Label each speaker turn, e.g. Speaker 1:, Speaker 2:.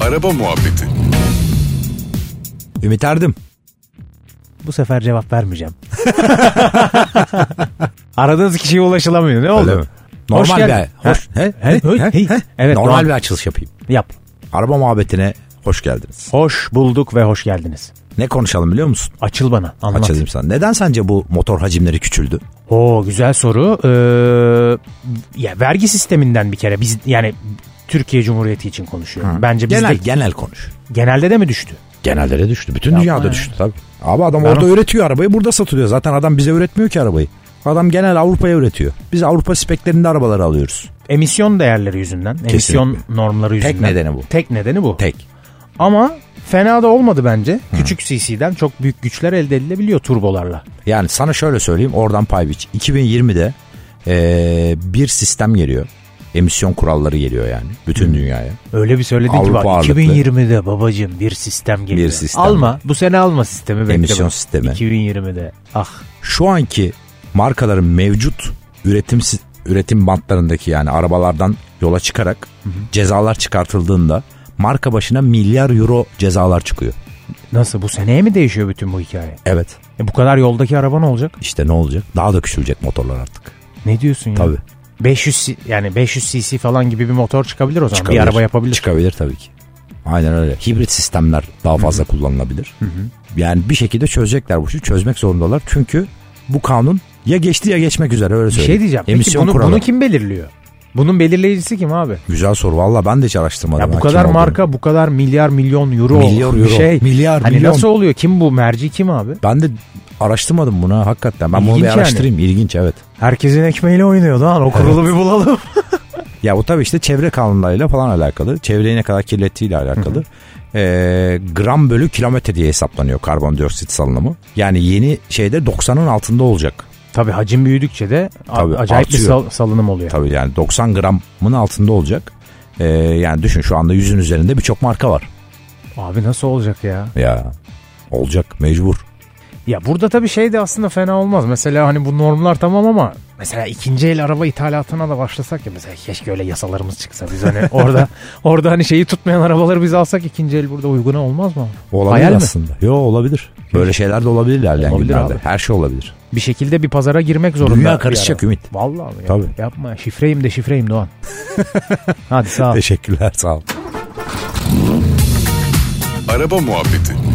Speaker 1: Araba Muhabbeti
Speaker 2: Ümit Ardım.
Speaker 3: Bu sefer cevap vermeyeceğim. Aradığınız kişiye ulaşılamıyor. Ne oldu?
Speaker 2: Öyle mi? Normal
Speaker 3: Hoş
Speaker 2: bir
Speaker 3: geldin.
Speaker 2: hoş.
Speaker 3: Ha,
Speaker 2: He?
Speaker 3: he,
Speaker 2: He?
Speaker 3: he,
Speaker 2: He?
Speaker 3: he. Evet,
Speaker 2: normal
Speaker 3: normal.
Speaker 2: bir açılış yapayım.
Speaker 3: Yap.
Speaker 2: Araba muhabbetine hoş geldiniz.
Speaker 3: Hoş bulduk ve hoş geldiniz.
Speaker 2: Ne konuşalım biliyor musun?
Speaker 3: Açıl bana. Anlat. E,
Speaker 2: Açalım sana. Neden sence bu motor hacimleri küçüldü?
Speaker 3: Oo güzel soru. Ee, ya vergi sisteminden bir kere biz yani Türkiye Cumhuriyeti için konuşuyorum. Bence bizde
Speaker 2: Genel genel konuş.
Speaker 3: genelde de mi düştü?
Speaker 2: Genellere düştü. Bütün dünyada
Speaker 3: ya.
Speaker 2: düştü tabii. Abi adam
Speaker 3: Ben
Speaker 2: orada
Speaker 3: o-
Speaker 2: üretiyor arabayı burada satılıyor. Zaten adam bize üretmiyor ki arabayı. Adam genel Avrupa'ya üretiyor. Biz Avrupa speklerinde arabaları alıyoruz.
Speaker 3: Emisyon değerleri yüzünden, emisyon normları yüzünden.
Speaker 2: nedeni bu.
Speaker 3: Tek nedeni bu.
Speaker 2: Tek.
Speaker 3: Ama fena da olmadı bence. Küçük CC'den çok büyük güçler elde edilebiliyor turbolarla.
Speaker 2: Yani sana şöyle söyleyeyim oradan pay biç. 2020'de eee, bir sistem geliyor. Emisyon kuralları geliyor yani bütün dünyaya.
Speaker 3: Öyle bir söyledin ki
Speaker 2: Avrupa
Speaker 3: bak
Speaker 2: ağırlıklı.
Speaker 3: 2020'de babacığım bir sistem geliyor.
Speaker 2: Bir sistem.
Speaker 3: Alma bu sene alma sistemi. bekle
Speaker 2: Emisyon
Speaker 3: bak.
Speaker 2: sistemi.
Speaker 3: 2020'de ah
Speaker 2: Şu anki markaların mevcut üretim si- üretim bantlarındaki yani arabalardan yola çıkarak cezalar çıkartıldığında marka başına milyar euro cezalar çıkıyor.
Speaker 3: nasıl bu seneye mi değişiyor bütün bu hikaye?
Speaker 2: Evet.
Speaker 3: E bu kadar yoldaki araba ne olacak?
Speaker 2: İşte ne olacak? Daha da küçülecek motorlar artık.
Speaker 3: Ne diyorsun ya?
Speaker 2: Tabii.
Speaker 3: 500 si- yani 500 cc falan gibi bir motor çıkabilir o zaman.
Speaker 2: Çıkabilir.
Speaker 3: Bir araba yapabilir.
Speaker 2: Çıkabilir tabii ki. Aynen öyle. Hibrit sistemler daha fazla kullanılabilir. Yani bir şekilde çözecekler bu işi. Çözmek zorundalar. Çünkü bu kanun ya geçti ya geçmek üzere öyle
Speaker 3: bir
Speaker 2: söyleyeyim.
Speaker 3: şey diyeceğim. Peki
Speaker 2: Emisyon
Speaker 3: bunu,
Speaker 2: kuralı.
Speaker 3: bunu kim belirliyor? Bunun belirleyicisi kim abi?
Speaker 2: Güzel soru. Valla ben de hiç araştırmadım.
Speaker 3: Ya
Speaker 2: ha
Speaker 3: bu
Speaker 2: kim
Speaker 3: kadar
Speaker 2: olduğunu.
Speaker 3: marka, bu kadar milyar milyon euro,
Speaker 2: Milyar
Speaker 3: bir
Speaker 2: euro,
Speaker 3: şey.
Speaker 2: milyar,
Speaker 3: hani
Speaker 2: milyon.
Speaker 3: nasıl oluyor? Kim bu merci kim abi?
Speaker 2: Ben de araştırmadım bunu ha, hakikaten. Ben bunu
Speaker 3: İlginç
Speaker 2: bir
Speaker 3: yani.
Speaker 2: araştırayım. İlginç evet.
Speaker 3: Herkesin ekmeğiyle oynuyor lan. O kurulu bir bulalım.
Speaker 2: Ya bu tabii işte çevre kanunlarıyla falan alakalı. Çevreyi ne kadar kirlettiğiyle alakalı. Ee, gram bölü kilometre diye hesaplanıyor karbondioksit salınımı. Yani yeni şeyde 90'ın altında olacak.
Speaker 3: Tabii hacim büyüdükçe de a-
Speaker 2: Tabii,
Speaker 3: acayip bir
Speaker 2: artıyor.
Speaker 3: sal- salınım oluyor.
Speaker 2: Tabii yani 90 gramın altında olacak. Ee, yani düşün şu anda 100'ün üzerinde birçok marka var.
Speaker 3: Abi nasıl olacak ya?
Speaker 2: Ya olacak mecbur.
Speaker 3: Ya burada tabii şey de aslında fena olmaz. Mesela hani bu normlar tamam ama mesela ikinci el araba ithalatına da başlasak ya mesela keşke öyle yasalarımız çıksa. Biz hani orada orada hani şeyi tutmayan arabaları biz alsak ikinci el burada uyguna olmaz mı?
Speaker 2: Olabilir
Speaker 3: Hayal mi?
Speaker 2: aslında. Yo olabilir. Böyle şeyler de olabilir ilerleyen
Speaker 3: Olabilir
Speaker 2: günlerde.
Speaker 3: abi.
Speaker 2: Her şey olabilir.
Speaker 3: Bir şekilde bir pazara girmek zorunda.
Speaker 2: Dünya
Speaker 3: bir
Speaker 2: karışacak
Speaker 3: araba.
Speaker 2: Ümit.
Speaker 3: Vallahi abi ya,
Speaker 2: Tabii.
Speaker 3: yapma. Şifreyim de şifreyim Doğan. Hadi sağ ol.
Speaker 2: Teşekkürler sağ ol.
Speaker 1: Araba Muhabbeti